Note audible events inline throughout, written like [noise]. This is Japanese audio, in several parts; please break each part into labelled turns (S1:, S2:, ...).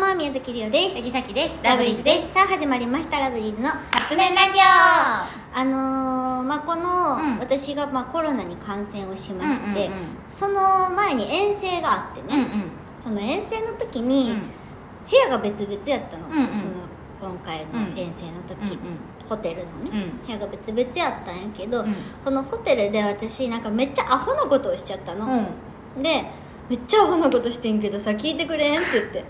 S1: は宮崎りおです
S2: 杉崎です
S1: ラブリーズですさあ始まりましたラブリーズのカップ麺ラジオあのーまあこの、
S2: うん
S1: 私がまあコロナに感染をしまして、
S2: うんうんうん
S1: その前に遠征があって
S2: うん
S1: ね、その遠征の時に、
S2: うん
S1: 部屋が別々やったの,、
S2: うんうん
S1: その今回の遠征の時、
S2: うん
S1: ホテルのね、
S2: うん
S1: 部屋が別々やったんやけど、
S2: うん
S1: このホテルで私なんかめっちゃアホなことをしちゃったの、
S2: うん
S1: でめっちゃアホなことしてんけどさ聞いてくれんって言って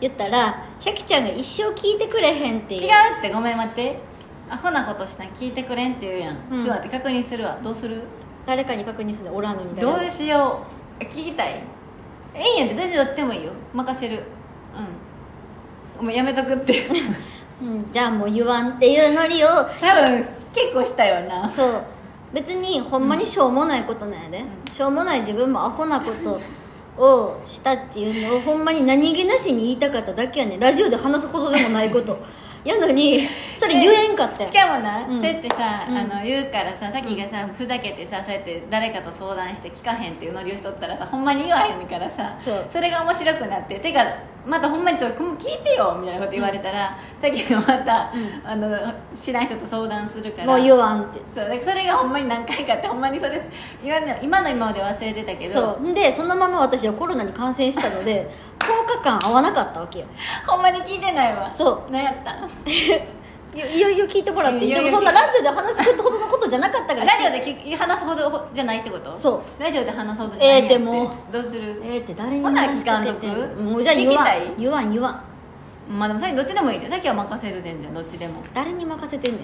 S1: 言ったらシャキちゃんが一生聞いてくれへんっていう
S2: 違うってごめん待ってアホなことしたん聞いてくれんって言うやん、
S1: うん
S2: ちょっと待って確認するわどうする
S1: 誰かに確認するのおらんのに誰
S2: ど
S1: も
S2: うしようえ聞きたいえいいんやって全然どっちでもいいよ任せるうんもうやめとくって
S1: うん、じゃあもう言わんっていうノリを
S2: 多分結構したよな
S1: そう別にほんまにしょうもないことなんやで、
S2: う
S1: しょうもない自分もアホなことをしたっていうのをほんまに何気なしに言いたかっただけやねんラジオで話すほどでもないこと [laughs] やのにそれ言えんかったよ
S2: しかもな、
S1: うん
S2: そうやってさ、
S1: うん
S2: あの言うからささっきがさふざけてさそうやって誰かと相談して聞かへんっていうノリをしとったらさほんまに言わへんからさ
S1: そう
S2: れが面白くなっててかまたほんまにちょっともう聞いてよみたいなこと言われたら、さっきのまた、
S1: うん
S2: あの知らん人と相談するから
S1: もう言わんって
S2: そうだからそれがほんまに何回かあってほんまにそれ言わんの今の今まで忘れてたけど
S1: そうでそのまま私はコロナに感染したの
S2: [laughs]
S1: で10日間会わなかったわけよ
S2: ほんまに聞いてないわ
S1: そ
S2: 何やったん
S1: いやいよいよ聞いてもらってで
S2: いやい
S1: も
S2: や
S1: そんなラジオで話すほどのことじゃなかったから
S2: [laughs] ラジオで聞き話すほどじゃないってこと
S1: そう
S2: ラジオで話すほどじゃないんやって
S1: えーでも
S2: どうする
S1: えーって誰に
S2: ほな
S1: 話しかけてん
S2: 聞かんとく
S1: もうじゃあ言わ
S2: 聞きたい
S1: ん言わん言わん
S2: まあでもさっきどっちでもいいでさっきは任せる全然どっちでも、
S1: 誰に任せてんねん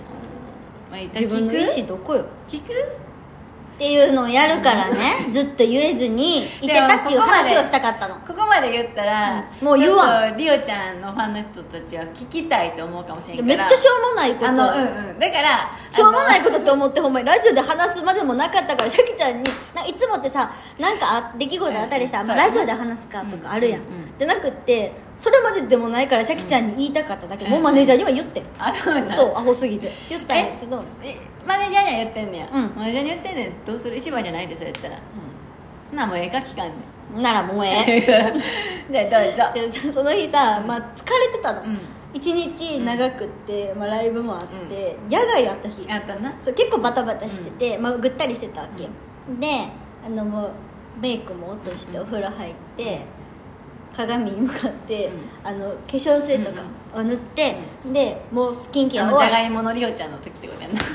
S2: まあ、一旦
S1: 自分の
S2: 聞
S1: 意
S2: く
S1: 思どこよ
S2: 聞く
S1: っていうのをやるからねずっと言えずにいてたっていう話をしたかったの
S2: ここまで言ったら、
S1: うんもう言わ
S2: んリオちゃんのファンの人たちは聞きたいと思うかもしれんから
S1: めっちゃしょうもないこと
S2: あのうんうんだから
S1: しょうもない
S2: あ
S1: ことって思ってほんまにラジオで話すまでもなかったからシャキちゃんになんかいつもってさなんかあ出来事あったりしたら、
S2: うん
S1: まあラジオで話すかとかあるやん、
S2: うんうん
S1: じゃなくってそれまででもないからシャキちゃんに言いたかっただけ、もうマネージャーには言ってん、
S2: のあそうなん
S1: そうアホすぎて言ったんやけど、うん
S2: えマネージャーには言ってんねや、
S1: うん
S2: マネージャーに言ってんねんどうする一番じゃないでそれやったらなあもうええか聞かんねん
S1: ならもうええ
S2: そう [laughs] じゃあどうぞ
S1: でその日さ、まあ、疲れてたの、
S2: うん
S1: 一日長くって、まあ、ライブもあって、野外あった日
S2: やったな
S1: そう結構バタバタしてて、まあ、ぐったりしてたわけよ、であのもうメイクも落として
S2: うん
S1: お風呂入って、鏡に向かって、
S2: うん
S1: あの化粧水とかを塗って、でもうスキンケ
S2: あ
S1: ア
S2: の
S1: を
S2: じゃがいものリオちゃんの時ってことやな [laughs]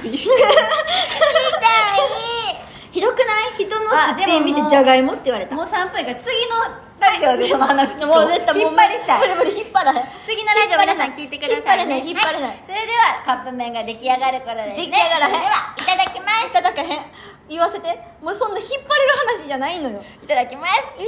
S1: ひどくない人の
S2: あ
S1: すっぴん見
S2: でも
S1: て
S2: もう
S1: じゃがいもって言われた
S2: もう3分やから次のラジオでその話聞こ
S1: もう絶対もう
S2: 引っ張りた
S1: 無
S2: い
S1: 理無理引っ張らへん
S2: 次のラジオ皆さん聞いてくださ
S1: 引っ張れ
S2: い、ね、
S1: ない引っ張れない
S2: はそれではカップ麺が出来上がる頃です、ね、
S1: 出来上がらへん
S2: ではいただきます
S1: いただかへん言わせてもうそんな引っ張れる話じゃないのよ
S2: いただきます